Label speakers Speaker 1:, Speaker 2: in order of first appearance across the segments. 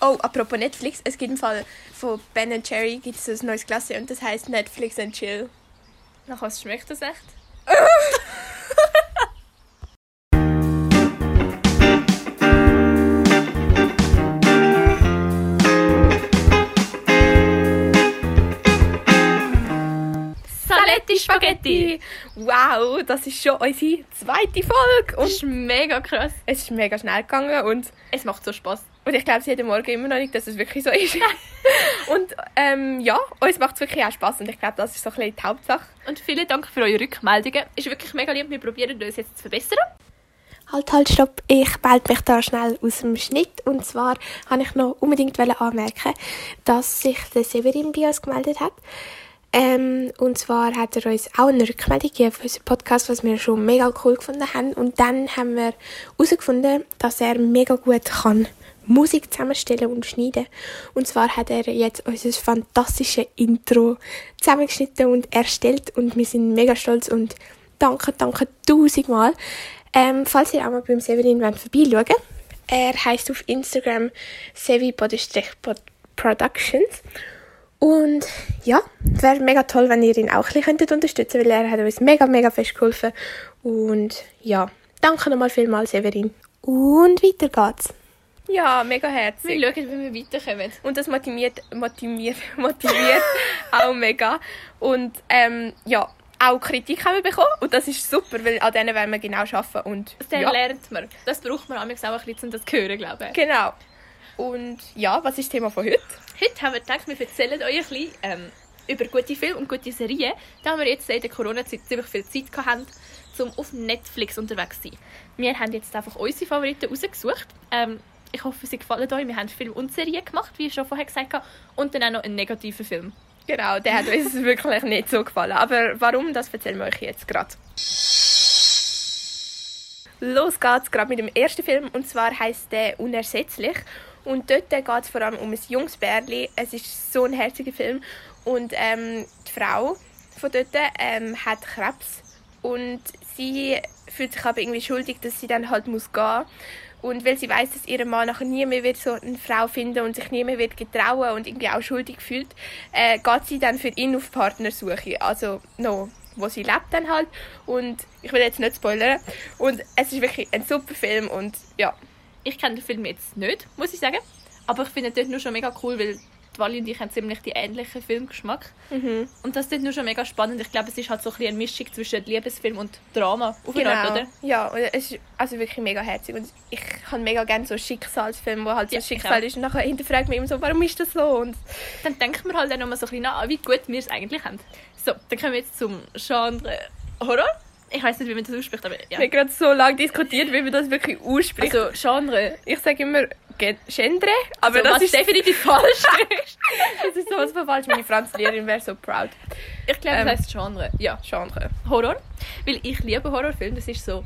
Speaker 1: Oh, apropos Netflix, es gibt im Fall von Ben Jerry gibt's ein neues Klasse und das heißt Netflix and Chill.
Speaker 2: Nach was schmeckt das echt? Saletti Spaghetti!
Speaker 1: Wow, das ist schon unsere zweite Folge
Speaker 2: Das
Speaker 1: und
Speaker 2: ist mega krass.
Speaker 1: es ist mega schnell gegangen und,
Speaker 2: Es macht so Spaß.
Speaker 1: und ich glaube, es jeden Morgen immer noch nicht, dass es wirklich so ist. und ähm, ja, uns macht es wirklich auch Spaß und ich glaube, das ist so ein bisschen die Hauptsache.
Speaker 2: Und vielen Dank für eure Rückmeldungen. Ist wirklich mega lieb. Wir probieren uns jetzt zu verbessern.
Speaker 1: Halt, halt, stopp. Ich melde mich da schnell aus dem Schnitt. Und zwar wollte ich noch unbedingt anmerken, dass sich der Severin bei uns gemeldet hat. Ähm, und zwar hat er uns auch eine Rückmeldung gegeben für unseren Podcast, was wir schon mega cool gefunden haben. Und dann haben wir herausgefunden, dass er mega gut kann Musik zusammenstellen und schneiden. Und zwar hat er jetzt unser fantastisches Intro zusammengeschnitten und erstellt. Und wir sind mega stolz und danke, danke tausendmal. Ähm, falls ihr auch mal beim Severin wollt, vorbeischauen Er heißt auf Instagram sevi-productions. Und ja, es wäre mega toll, wenn ihr ihn auch ein bisschen könntet unterstützen könntet, weil er hat uns mega, mega fest geholfen. Und ja, danke nochmal vielmals, Severin. Und weiter geht's. Ja, mega herzig.
Speaker 2: Wir schauen, wie wir weiterkommen.
Speaker 1: Und das motiviert, motiviert, motiviert auch mega. Und ähm, ja, auch Kritik haben wir bekommen. Und das ist super, weil an denen werden wir genau arbeiten. Und
Speaker 2: Dann
Speaker 1: ja,
Speaker 2: lernt man. Das braucht man manchmal auch ein bisschen, um das zu hören, glaube ich.
Speaker 1: genau. Und ja, was ist das Thema von heute?
Speaker 2: Heute haben wir gedacht, wir erzählen euch ein bisschen ähm, über gute Filme und gute Serien, da wir jetzt in der Corona-Zeit ziemlich viel Zeit gehabt haben, um auf Netflix unterwegs zu sein. Wir haben jetzt einfach unsere Favoriten rausgesucht. Ähm, ich hoffe, sie gefallen euch. Wir haben Film und Serie gemacht, wie ich schon vorher gesagt habe, und dann auch noch einen negativen Film.
Speaker 1: Genau, der hat uns wirklich nicht so gefallen. Aber warum, das erzählen wir euch jetzt gerade. Los geht's gerade mit dem ersten Film und zwar heißt der Unersetzlich. Und dort geht es vor allem um ein junges Bärli. Es ist so ein herziger Film. Und ähm, die Frau von dort ähm, hat Krebs. Und sie fühlt sich aber irgendwie schuldig, dass sie dann halt muss gehen Und weil sie weiß, dass ihr Mann nachher nie mehr wird so eine Frau finden und sich nie mehr wird getrauen und irgendwie auch schuldig fühlt, äh, geht sie dann für ihn auf Partnersuche. Also, no wo sie lebt dann halt und ich will jetzt nicht spoilern und es ist wirklich ein super Film und ja
Speaker 2: Ich kenne den Film jetzt nicht, muss ich sagen. Aber ich finde ihn dort nur schon mega cool, weil die Wally und ich haben ziemlich die ähnlichen Filmgeschmack.
Speaker 1: Mhm.
Speaker 2: Und das ist dort nur schon mega spannend. Ich glaube, es ist halt so ein bisschen eine Mischung zwischen Liebesfilm und Drama. Auf eine Art, oder?
Speaker 1: Genau. ja und es ist also wirklich mega herzig und ich habe mega gerne so Schicksalsfilme wo halt so
Speaker 2: Ja, ich
Speaker 1: Schicksal
Speaker 2: auch.
Speaker 1: ist und nachher hinterfragt man immer so warum ist das so und
Speaker 2: Dann denkt man halt dann nochmal so ein bisschen nach, wie gut wir es eigentlich haben. So, dann kommen wir jetzt zum Genre Horror. Ich weiß nicht, wie man das ausspricht, aber ja.
Speaker 1: wir haben gerade so lange diskutiert wie man das wirklich ausspricht
Speaker 2: Also Genre.
Speaker 1: ich sage immer Ge- Gendre aber
Speaker 2: Aber
Speaker 1: das
Speaker 2: was
Speaker 1: ist
Speaker 2: definitiv falsch ist.
Speaker 1: das ist sowas von falsch meine Franzlehrerin wäre so proud
Speaker 2: Ich glaube,
Speaker 1: Ähm.
Speaker 2: das heißt Genre. Ja.
Speaker 1: Genre
Speaker 2: Horror. Weil ich liebe Horrorfilme. Das ist so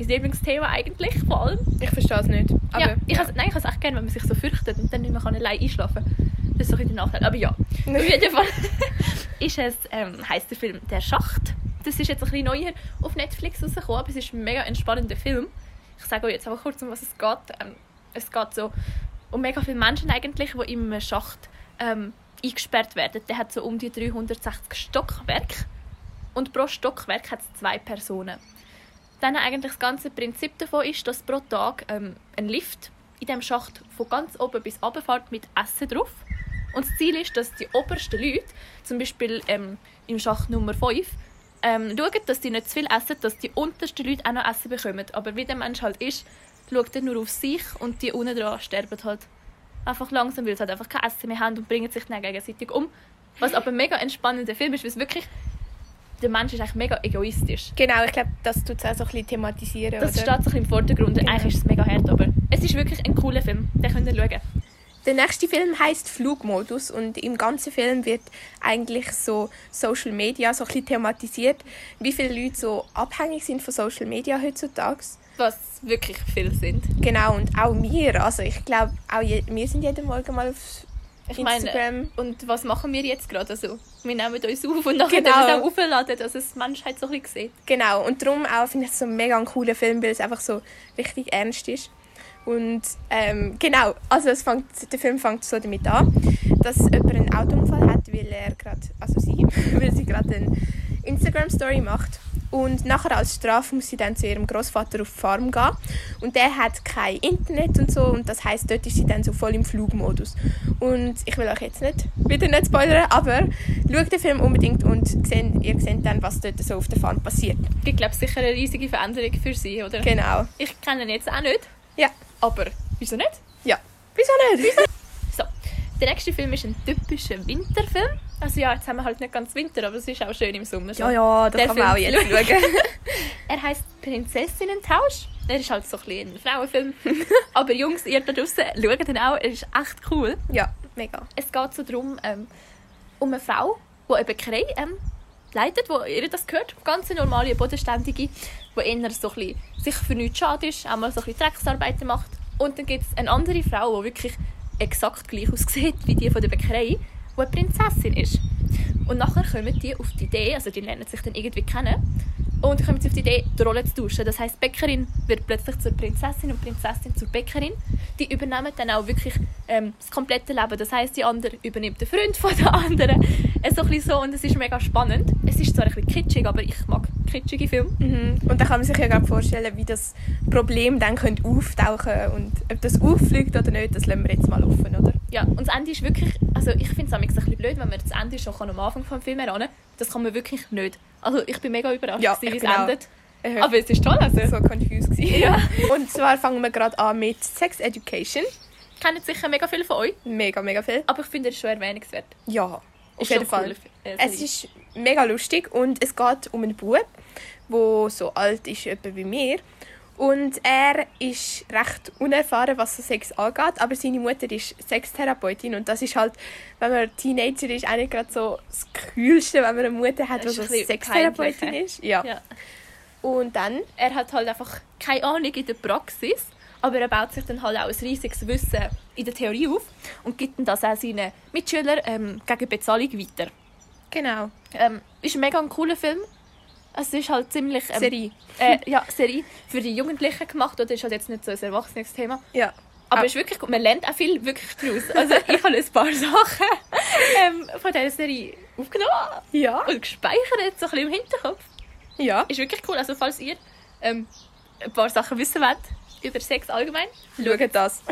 Speaker 2: mein Lieblingsthema eigentlich, vor allem.
Speaker 1: ich verstehe es nicht aber
Speaker 2: ja, ich has, nein, ich has echt gerne, wenn man sich so fürchtet und dann nicht mehr kann allein einschlafen kann. Das ist so ein bisschen der Nachteil. Aber ja, auf jeden Fall ist es, ähm, heisst der Film «Der Schacht». Das ist jetzt ein bisschen neuer auf Netflix rausgekommen, aber es ist ein mega entspannender Film. Ich sage euch jetzt einfach kurz, um was es geht. Ähm, es geht so um mega viele Menschen eigentlich, die im Schacht ähm, eingesperrt werden. Der hat so um die 360 Stockwerke und pro Stockwerk hat es zwei Personen dann eigentlich das ganze Prinzip davon ist, dass pro Tag ähm, ein Lift in dem Schacht von ganz oben bis runter fährt mit Essen drauf. Und das Ziel ist, dass die obersten Leute, zum Beispiel ähm, im Schacht Nummer 5, ähm, schauen, dass die nicht zu viel essen, dass die untersten Leute auch noch Essen bekommen. Aber wie der Mensch halt ist, schaut er nur auf sich und die unten dran sterben halt einfach langsam, weil sie halt einfach kein Essen mehr haben und bringen sich dann gegenseitig um. Was aber mega entspannender Film ist, weil es wirklich, der Mensch ist eigentlich mega egoistisch.
Speaker 1: genau ich glaube das tut es auch so ein bisschen thematisieren
Speaker 2: Das
Speaker 1: oder?
Speaker 2: steht so ein bisschen im Vordergrund. Eigentlich ist es mega hart, aber es ist wirklich ein cooler Film. Den könnt ihr schauen.
Speaker 1: Der nächste Film heißt Flugmodus und im ganzen Film wird eigentlich so Social Media so ein bisschen thematisiert, wie viele Leute so abhängig sind von Social Media heutzutage.
Speaker 2: Was wirklich viel sind.
Speaker 1: Genau und auch wir, also ich glaube auch je, wir sind jeden Morgen mal auf
Speaker 2: Ich meine,
Speaker 1: Instagram.
Speaker 2: und was machen wir jetzt gerade? Also, wir nehmen uns auf und nachher
Speaker 1: Genau.
Speaker 2: genau. es auch aufladen, dass es die Menschheit so ein bisschen sieht.
Speaker 1: Genau und darum auch finde ich es so einen mega coolen Film, weil es einfach so richtig ernst ist. Und ähm, genau, also es fängt, der Film fängt so damit an, dass jemand einen Autounfall hat, weil er gerade, also sie, weil sie gerade eine Instagram-Story macht. Und nachher als Strafe muss sie dann zu ihrem Großvater auf die Farm gehen. Und der hat kein Internet und so. Und das heißt, dort ist sie dann so voll im Flugmodus. Und ich will euch jetzt nicht wieder nicht spoilern, aber schaut den Film unbedingt und seht, ihr seht dann, was dort so auf der Farm passiert.
Speaker 2: Ich glaube, sicher eine riesige Veränderung für sie, oder?
Speaker 1: Genau.
Speaker 2: Ich kenne ihn jetzt auch nicht,
Speaker 1: Ja.
Speaker 2: aber wieso nicht?
Speaker 1: Ja. Wieso nicht?
Speaker 2: So, der nächste Film ist ein typischer Winterfilm. Also ja, jetzt haben wir halt nicht ganz Winter, aber es ist auch schön im Sommer. so.
Speaker 1: ja,
Speaker 2: Der Film.
Speaker 1: schauen.
Speaker 2: Er heißt Prinzessinnentausch. Er ist halt so ein, bisschen ein Frauenfilm. aber Jungs, ihr da draußen, schaut ihn auch. Er ist echt cool.
Speaker 1: ja, mega.
Speaker 2: Es geht so darum, ähm, um eine Frau, die eine Bäckerei ähm, leitet, wo ihr das gehört, ganz eine normale, bodenständige, die eher so ein bisschen, sich für nichts schade ist, auch mal so ein bisschen Drecksarbeiten macht. Und dann gibt es eine andere Frau, die wirklich exakt gleich aussieht wie die von der Bäckerei, die eine Prinzessin ist. Und nachher kommen die auf die Idee, also die lernen sich dann irgendwie kennen, und kommen sie auf die Idee, die Rolle zu tauschen. Das heißt, Bäckerin wird plötzlich zur Prinzessin und Prinzessin zur Bäckerin. Die übernehmen dann auch wirklich ähm, das komplette Leben. Das heißt, die andere übernimmt den Freund von der anderen. Äh, so ein bisschen so und es ist mega spannend. Es ist zwar ein bisschen kitschig, aber ich mag kitschige Filme.
Speaker 1: Mhm. Und da kann man sich ja gerade vorstellen, wie das Problem dann könnte auftauchen und ob das auffliegt oder nicht, das lassen wir jetzt mal offen, oder?
Speaker 2: Ja, und das Ende ist wirklich, also ich finde es manchmal ein bisschen blöd, wenn man das Ende schon am Anfang vom Film erahnen kann. Das kann man wirklich nicht. Also ich bin mega überrascht,
Speaker 1: Ja,
Speaker 2: gewesen, wie
Speaker 1: ich
Speaker 2: es
Speaker 1: bin auch.
Speaker 2: endet.
Speaker 1: Äh,
Speaker 2: Aber es ist toll, also.
Speaker 1: so confused gewesen.
Speaker 2: Ja.
Speaker 1: Und zwar fangen wir gerade an mit Sex Education.
Speaker 2: Kennen sicher mega viele von euch,
Speaker 1: Mega, mega viel.
Speaker 2: aber ich finde es ist schon erwähnungswert.
Speaker 1: Ja, auf
Speaker 2: Ist
Speaker 1: jeden
Speaker 2: schon
Speaker 1: Fall.
Speaker 2: eine coole F- äh,
Speaker 1: Es
Speaker 2: Serie.
Speaker 1: ist mega lustig und es geht um einen Bub, der so alt ist etwa wie mir. Und er ist recht unerfahren, was so Sex angeht, aber seine Mutter ist Sextherapeutin und das ist halt, wenn man Teenager ist, eigentlich gerade so das Kühlste, wenn man eine Mutter hat, die
Speaker 2: Das ist
Speaker 1: so
Speaker 2: ein bisschen
Speaker 1: Sextherapeutin
Speaker 2: peinlich,
Speaker 1: ist. Ja.
Speaker 2: Ja.
Speaker 1: Und dann,
Speaker 2: er hat halt einfach keine Ahnung in der Praxis, aber er baut sich dann halt auch ein riesiges Wissen in der Theorie auf und gibt dann das auch seinen Mitschülern ähm, gegen Bezahlung weiter.
Speaker 1: genau,
Speaker 2: Ähm, ist mega ein cooler Film. Es ist halt ziemlich... Ähm,
Speaker 1: Serie.
Speaker 2: Äh, ja, Serie. Für die Jugendlichen gemacht, oder ist halt jetzt nicht so ein erwachsenes Thema.
Speaker 1: Ja.
Speaker 2: Aber
Speaker 1: Ah.
Speaker 2: es ist wirklich gut. Man lernt auch viel wirklich daraus. Also ich habe ein paar Sachen ähm, von dieser Serie aufgenommen
Speaker 1: Ja.
Speaker 2: und gespeichert, so ein bisschen im Hinterkopf
Speaker 1: Ja.
Speaker 2: ist wirklich cool. Also falls ihr ähm, ein paar Sachen wissen wollt über Sex allgemein.
Speaker 1: Schaut das.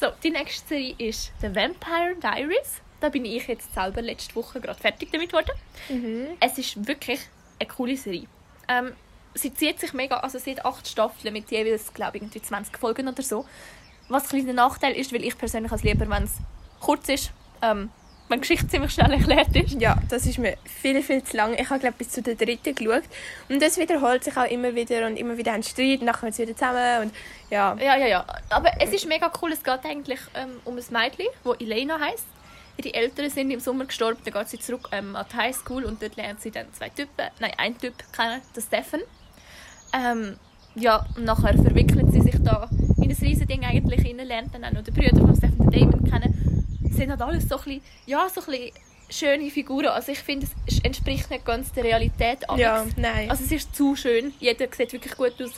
Speaker 2: So, die nächste Serie ist The Vampire Diaries. Da bin ich jetzt selber letzte Woche gerade fertig damit geworden. Es ist wirklich eine coole Serie. Ähm, sie zieht sich mega, also sie hat acht Staffeln mit jeweils, glaube ich, irgendwie 20 Folgen oder so. Was ein kleiner Nachteil ist, weil ich persönlich als lieber, wenn es kurz ist, ähm, wenn die Geschichte ziemlich schnell erklärt ist.
Speaker 1: Ja, das ist mir viel, viel zu lang. Ich habe, glaube bis zu der dritten geschaut. Und das wiederholt sich auch immer wieder und immer wieder ein Streit, nachher kommen sie wieder zusammen und ja.
Speaker 2: Ja, ja, ja. Aber es ist mega cool. Es geht eigentlich ähm, um ein Mädchen, das Elena heißt. Ihre Eltern sind im Sommer gestorben. Dann geht sie zurück ähm, an die Highschool und dort lernt sie dann zwei Typen, nein, einen Typ kennen, den Stefan. Ähm, ja, und nachher verwickelt sie sich da in ein riesiges Ding eigentlich rein, lernt dann auch noch den Brüder von Stefan und Damon kennen. Es sind halt alles so ein bisschen, ja, so ein bisschen schöne Figuren. Also ich finde, es entspricht nicht ganz der Realität. Alex.
Speaker 1: Ja, nein.
Speaker 2: Also es ist zu schön. Jeder sieht wirklich gut aus.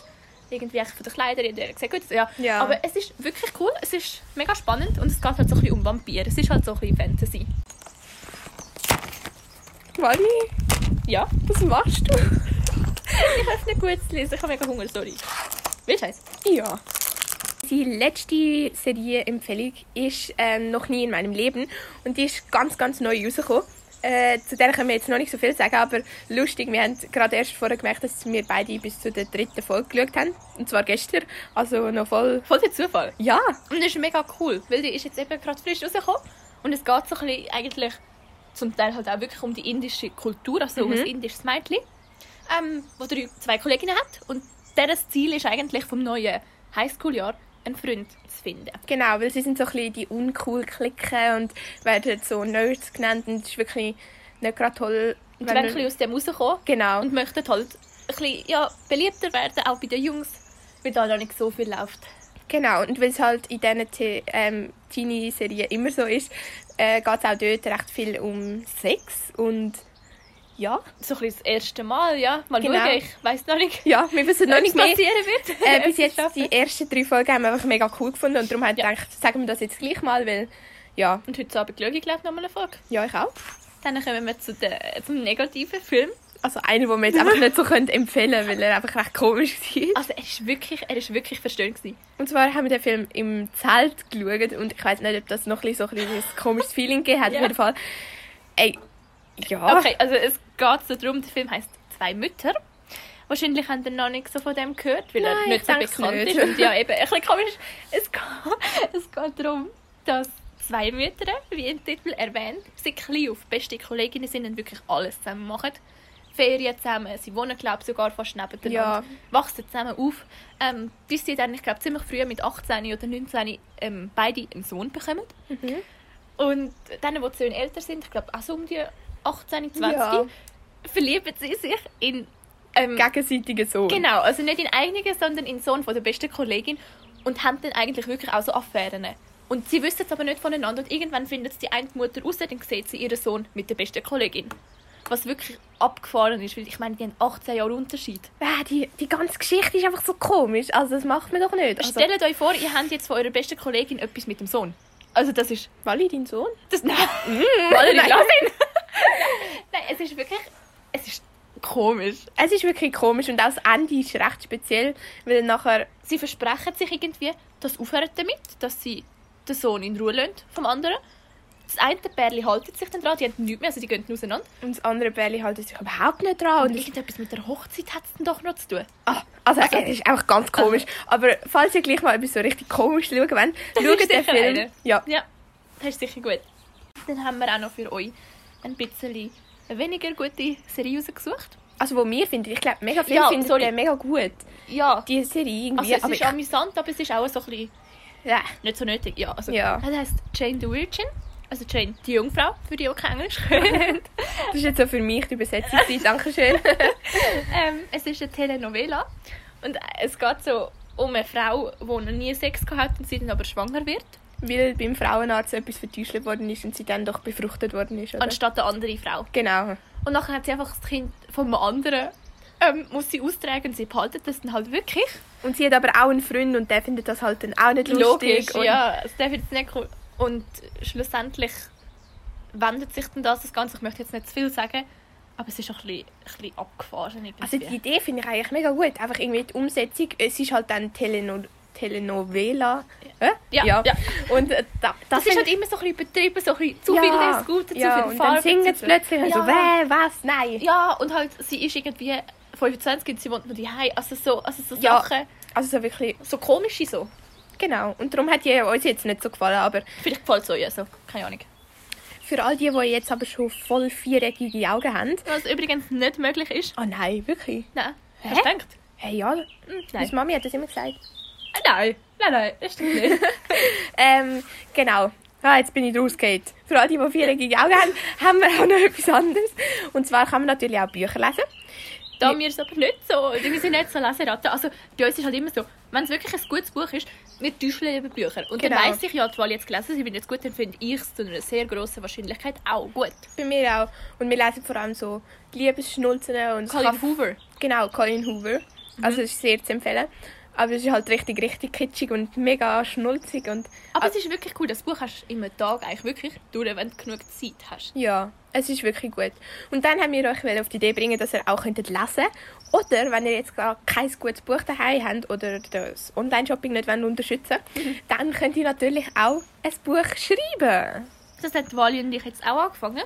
Speaker 2: Irgendwie echt von den Kleidern, jeder sieht gut aus. Ja.
Speaker 1: Ja.
Speaker 2: Aber es ist wirklich cool, es ist mega spannend und es geht halt so ein bisschen um Vampire. Es ist halt so ein bisschen Fantasy.
Speaker 1: Wally,
Speaker 2: Ja.
Speaker 1: was machst du?
Speaker 2: Ich habe nicht gut zu lesen, ich habe mega Hunger, sorry. Willst du eins?
Speaker 1: Ja. Die letzte Serienempfehlung ist ähm, «Noch nie in meinem Leben» und die ist ganz, ganz neu rausgekommen. Äh, zu der können wir jetzt noch nicht so viel sagen, aber lustig, wir haben gerade erst vorher gemerkt, dass wir beide bis zu der dritten Folge geschaut haben. Und zwar gestern, also noch voll...
Speaker 2: Voll der Zufall.
Speaker 1: Ja,
Speaker 2: Und das ist mega cool, weil die ist jetzt eben gerade frisch rausgekommen und es geht so ein bisschen eigentlich zum Teil halt auch wirklich um die indische Kultur, also um ein indisches Mädchen, ähm, wo drei, zwei Kolleginnen hat und deres Ziel ist eigentlich vom neuen Highschool-Jahr einen Freund zu finden.
Speaker 1: Genau, weil sie sind so ein bisschen die uncool Klicken und werden so Nerds genannt und das ist wirklich nicht gerade toll. wenn
Speaker 2: Und wenn ein
Speaker 1: man-
Speaker 2: bisschen aus dem rauskommen
Speaker 1: genau,
Speaker 2: und möchten halt ein bisschen ja, beliebter werden, auch bei den Jungs, weil da noch nicht so viel läuft.
Speaker 1: genau. Und weil es halt in diesen Te- ähm, Teenie-Serien immer so ist, äh, geht es auch dort recht viel um Sex und
Speaker 2: Ja, so ein bisschen das erste Mal, ja. Mal
Speaker 1: Genau.
Speaker 2: schauen, ich weiss noch nicht,
Speaker 1: Ja, wir wissen noch
Speaker 2: ob's
Speaker 1: nicht mehr.
Speaker 2: passieren wird.
Speaker 1: Äh, bis
Speaker 2: Ob's
Speaker 1: jetzt
Speaker 2: schaffen.
Speaker 1: die ersten drei Folgen haben wir einfach mega cool gefunden und darum haben wir gedacht, sagen wir das jetzt gleich mal, weil ja,
Speaker 2: Und heute Abend schaue ich, glaube ich, noch mal eine Folge.
Speaker 1: ja ich auch.
Speaker 2: Dann kommen wir zu der, zum negativen Film.
Speaker 1: Also einer, den wir jetzt einfach nicht so können empfehlen können, weil er einfach recht komisch war.
Speaker 2: Also er ist wirklich, er ist wirklich verstörend gewesen.
Speaker 1: Und zwar haben wir den Film im Zelt geschaut und ich weiß nicht, ob das noch ein bisschen so ein bisschen ein komisches Feeling gegeben hat.
Speaker 2: Ja.
Speaker 1: Auf jeden Fall. Ey, ja.
Speaker 2: Okay, also es geht so darum, der Film heißt «Zwei Mütter». Wahrscheinlich haben ihr noch nicht so von dem gehört, weil
Speaker 1: Nein,
Speaker 2: er nicht
Speaker 1: ich
Speaker 2: so
Speaker 1: denk's
Speaker 2: bekannt
Speaker 1: nicht.
Speaker 2: ist. Und ja, eben, ein bisschen komisch. Es geht, es geht darum, dass zwei Mütter, wie im Titel erwähnt, sind klein auf beste Kolleginnen sind und wirklich alles zusammen machen. Ferien zusammen, sie wohnen, glaube ich, sogar fast nebeneinander.
Speaker 1: Ja.
Speaker 2: Wachsen zusammen auf, ähm, bis sie dann, ich glaube, ziemlich früh mit 18 oder 19 ähm, beide einen Sohn bekommen.
Speaker 1: Mhm.
Speaker 2: Und dann, wo die Söhne älter sind, ich glaube auch so um die 18, 20,
Speaker 1: Ja.
Speaker 2: verlieben sie sich in... Ähm,
Speaker 1: Gegenseitiger Sohn.
Speaker 2: genau, also nicht in eigenen, sondern in den Sohn von der besten Kollegin und haben dann eigentlich wirklich auch so Affären. Und sie wissen es aber nicht voneinander und irgendwann findet es die eine Mutter raus, dann sieht sie ihren Sohn mit der besten Kollegin. Was wirklich abgefahren ist, weil ich meine, die haben 18 Jahre Unterschied.
Speaker 1: Ah, die, die ganze Geschichte ist einfach so komisch. Also das macht man doch nicht. Also,
Speaker 2: Stellt euch vor, ihr habt jetzt von eurer besten Kollegin etwas mit dem Sohn. Also das ist...
Speaker 1: Wally, dein Sohn?
Speaker 2: Das, nein, Valerie,
Speaker 1: Nein.
Speaker 2: lass ihn. nein, es ist wirklich... Es ist komisch.
Speaker 1: Es ist wirklich komisch und auch das Ende ist recht speziell, weil nachher
Speaker 2: sie versprechen sich irgendwie, dass sie aufhören damit, dass sie den Sohn in Ruhe lassen vom anderen. Das eine Pärchen haltet sich dann dran, die haben nichts mehr, also die gehen auseinander.
Speaker 1: und das andere Bärli halten sich überhaupt nicht dran.
Speaker 2: Und
Speaker 1: Und ich,
Speaker 2: irgendetwas mit der Hochzeit hat es dann doch noch zu tun.
Speaker 1: ah, also es ist einfach ganz komisch. Aber falls ihr gleich mal etwas so richtig komisch schauen wollt,
Speaker 2: ähm. Das
Speaker 1: schaut
Speaker 2: ist
Speaker 1: den
Speaker 2: sicher
Speaker 1: Film.
Speaker 2: einer.
Speaker 1: Ja.
Speaker 2: Ja, das ist sicher gut. Dann haben wir auch noch für euch ein bisschen eine weniger gute Serie rausgesucht.
Speaker 1: Also wo wir finden, ich glaube mega viele
Speaker 2: Ja,
Speaker 1: finden
Speaker 2: sorry.
Speaker 1: den mega gut.
Speaker 2: Ja,
Speaker 1: Die Serie
Speaker 2: also
Speaker 1: irgendwie.
Speaker 2: es ist
Speaker 1: aber
Speaker 2: amüsant, aber es ist auch so ein bisschen
Speaker 1: ich, ja.
Speaker 2: nicht so nötig. Ja, also
Speaker 1: Ja.
Speaker 2: das heisst Jane the Virgin, also Jane die Jungfrau, für die, die kein Englisch können.
Speaker 1: Das ist jetzt so für mich die Übersetzung. gewesen. Dankeschön.
Speaker 2: Ähm, es ist eine Telenovela und es geht so um eine Frau, die noch nie Sex gehabt hat und sie dann aber schwanger wird,
Speaker 1: weil beim Frauenarzt etwas vertäuscht worden ist und sie dann doch befruchtet worden ist. Oder?
Speaker 2: anstatt eine andere Frau.
Speaker 1: Genau.
Speaker 2: Und nachher hat sie einfach das Kind vom anderen, ähm, muss sie austragen und sie behaltet das dann halt wirklich.
Speaker 1: Und sie hat aber auch einen Freund und der findet das halt dann auch nicht lustig. und
Speaker 2: ja, das darf jetzt nicht cool. Und schlussendlich wendet sich dann das, das Ganze, ich möchte jetzt nicht zu viel sagen, aber es ist auch ein bisschen, ein bisschen abgefahren. irgendwie.
Speaker 1: Also die Idee finde ich eigentlich mega gut. Einfach irgendwie die Umsetzung. Es ist halt dann Teleno Telenovela. Hä?
Speaker 2: Ja, ja.
Speaker 1: Und äh, da,
Speaker 2: das ist
Speaker 1: finde
Speaker 2: halt immer so ein bisschen übertrieben, so ein bisschen zu
Speaker 1: Ja,
Speaker 2: viel des Guten,
Speaker 1: ja,
Speaker 2: zu viel
Speaker 1: und
Speaker 2: Farbe.
Speaker 1: dann singen
Speaker 2: zu
Speaker 1: sie
Speaker 2: viel-
Speaker 1: plötzlich und so,
Speaker 2: Ja.
Speaker 1: weh, was, nein.
Speaker 2: Ja, und halt, sie ist irgendwie 25 und sie wohnt noch daheim. Also so, also so
Speaker 1: Ja.
Speaker 2: Sachen,
Speaker 1: Also so wirklich,
Speaker 2: so komische so.
Speaker 1: genau. Und darum hat die uns jetzt nicht so gefallen. Aber
Speaker 2: Vielleicht gefällt es euch, also keine Ahnung.
Speaker 1: für all die, die jetzt aber schon voll viereckige Augen haben.
Speaker 2: Was übrigens nicht möglich ist.
Speaker 1: Oh nein, wirklich?
Speaker 2: Nein. Hast du gedacht? Hm,
Speaker 1: Hey, ja. Nein.
Speaker 2: Nein.
Speaker 1: Meine Mami hat das immer gesagt.
Speaker 2: Ah, Nein, nein, nein, das stimmt nicht.
Speaker 1: Ähm, genau. Ah, jetzt bin ich rausgeht. Für alle, die, die viereckige Augen haben, haben wir auch noch etwas anderes. Und zwar kann man natürlich auch Bücher lesen.
Speaker 2: da wir es aber nicht so, wir sind nicht so Leseratten. Also bei uns ist halt immer so, wenn es wirklich ein gutes Buch ist, wir täuschen über Bücher. Und
Speaker 1: Genau.
Speaker 2: dann weiss ich ja, die, die jetzt gelesen sind, wenn jetzt gut, dann finde ich es zu einer sehr grossen Wahrscheinlichkeit auch gut.
Speaker 1: Bei mir auch. Und wir lesen vor allem so Liebesschnulzen und
Speaker 2: Colin Hoover.
Speaker 1: Genau, Colin Hoover. Also das ist sehr zu empfehlen. Aber es ist halt richtig, richtig kitschig und mega schnulzig und
Speaker 2: Aber es ist wirklich cool, das Buch hast du im Tag eigentlich wirklich durch, wenn du genug Zeit hast.
Speaker 1: ja, es ist wirklich gut. Und dann haben wir euch wollen auf die Idee bringen, dass ihr auch könntet lesen Oder wenn ihr jetzt gar kein gutes Buch daheim habt oder das Online-Shopping nicht wollt unterstützen dann könnt ihr natürlich auch ein Buch schreiben.
Speaker 2: Das hat Wally und ich jetzt auch angefangen.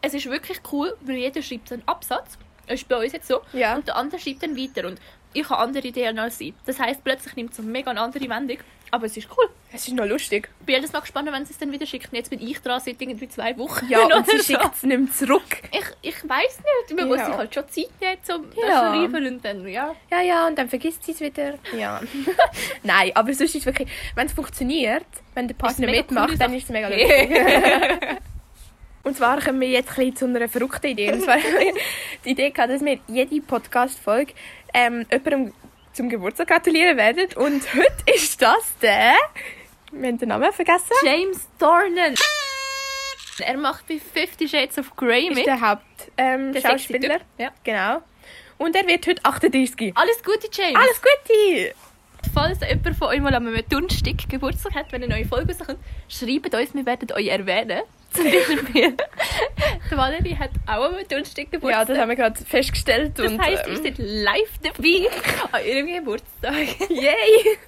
Speaker 2: Es ist wirklich cool, weil jeder schreibt so einen Absatz. Das ist bei uns jetzt so.
Speaker 1: Ja.
Speaker 2: Und der andere schreibt dann weiter. Und ich habe andere Ideen als sie. Das heisst, plötzlich nimmt es eine mega andere Wendung. Aber es ist cool.
Speaker 1: Es ist noch lustig.
Speaker 2: Ich bin jedes Mal gespannt, wenn sie es dann wieder schickt. Und Jetzt bin ich dran seit irgendwie zwei Wochen.
Speaker 1: Ja, und
Speaker 2: oder
Speaker 1: sie
Speaker 2: so.
Speaker 1: schickt es nicht mehr zurück.
Speaker 2: Ich, ich weiß nicht. Man muss
Speaker 1: Ja.
Speaker 2: sich halt schon Zeit nehmen, um zu
Speaker 1: Ja.
Speaker 2: schreiben. Und dann, ja.
Speaker 1: Ja, ja, und dann vergisst sie es wieder. Ja. Nein, aber sonst ist es wirklich, wenn es funktioniert, wenn der Partner
Speaker 2: mega
Speaker 1: mitmacht,
Speaker 2: coole
Speaker 1: dann ist es mega lustig. und zwar kommen wir jetzt ein bisschen zu einer verrückten Idee. Und zwar haben wir die Idee gehabt, dass wir jede Podcast-Folge ähm, jemandem zum Geburtstag gratulieren werden. Und heute ist das der... Wir haben den Namen vergessen.
Speaker 2: James Thornan. Er macht bei Fifty Shades of Grey
Speaker 1: Ist
Speaker 2: mit.
Speaker 1: der Hauptschauspieler. Ähm,
Speaker 2: Der sexy
Speaker 1: Schauspieler.
Speaker 2: Typ, ja.
Speaker 1: Genau. Und er wird heute 38.
Speaker 2: Alles Gute, James.
Speaker 1: Alles Gute!
Speaker 2: Falls jemand von euch mal am Donnerstag Geburtstag hat, wenn eine neue Folge rauskommt, schreibt uns, wir werden euch erwähnen. Zum Beispiel. die Valerie hat auch am Donnerstag
Speaker 1: Ja,
Speaker 2: Geburtstag.
Speaker 1: das haben wir gerade festgestellt.
Speaker 2: das
Speaker 1: und,
Speaker 2: heisst,
Speaker 1: ähm,
Speaker 2: ihr seid live dabei an ihrem Geburtstag.
Speaker 1: Yay!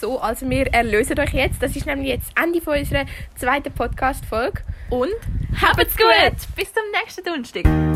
Speaker 1: So, also wir erlösen euch jetzt. Das ist nämlich jetzt Ende von unserer zweiten Podcast-Folge.
Speaker 2: Und habt's gut! Bis zum nächsten Donnerstag.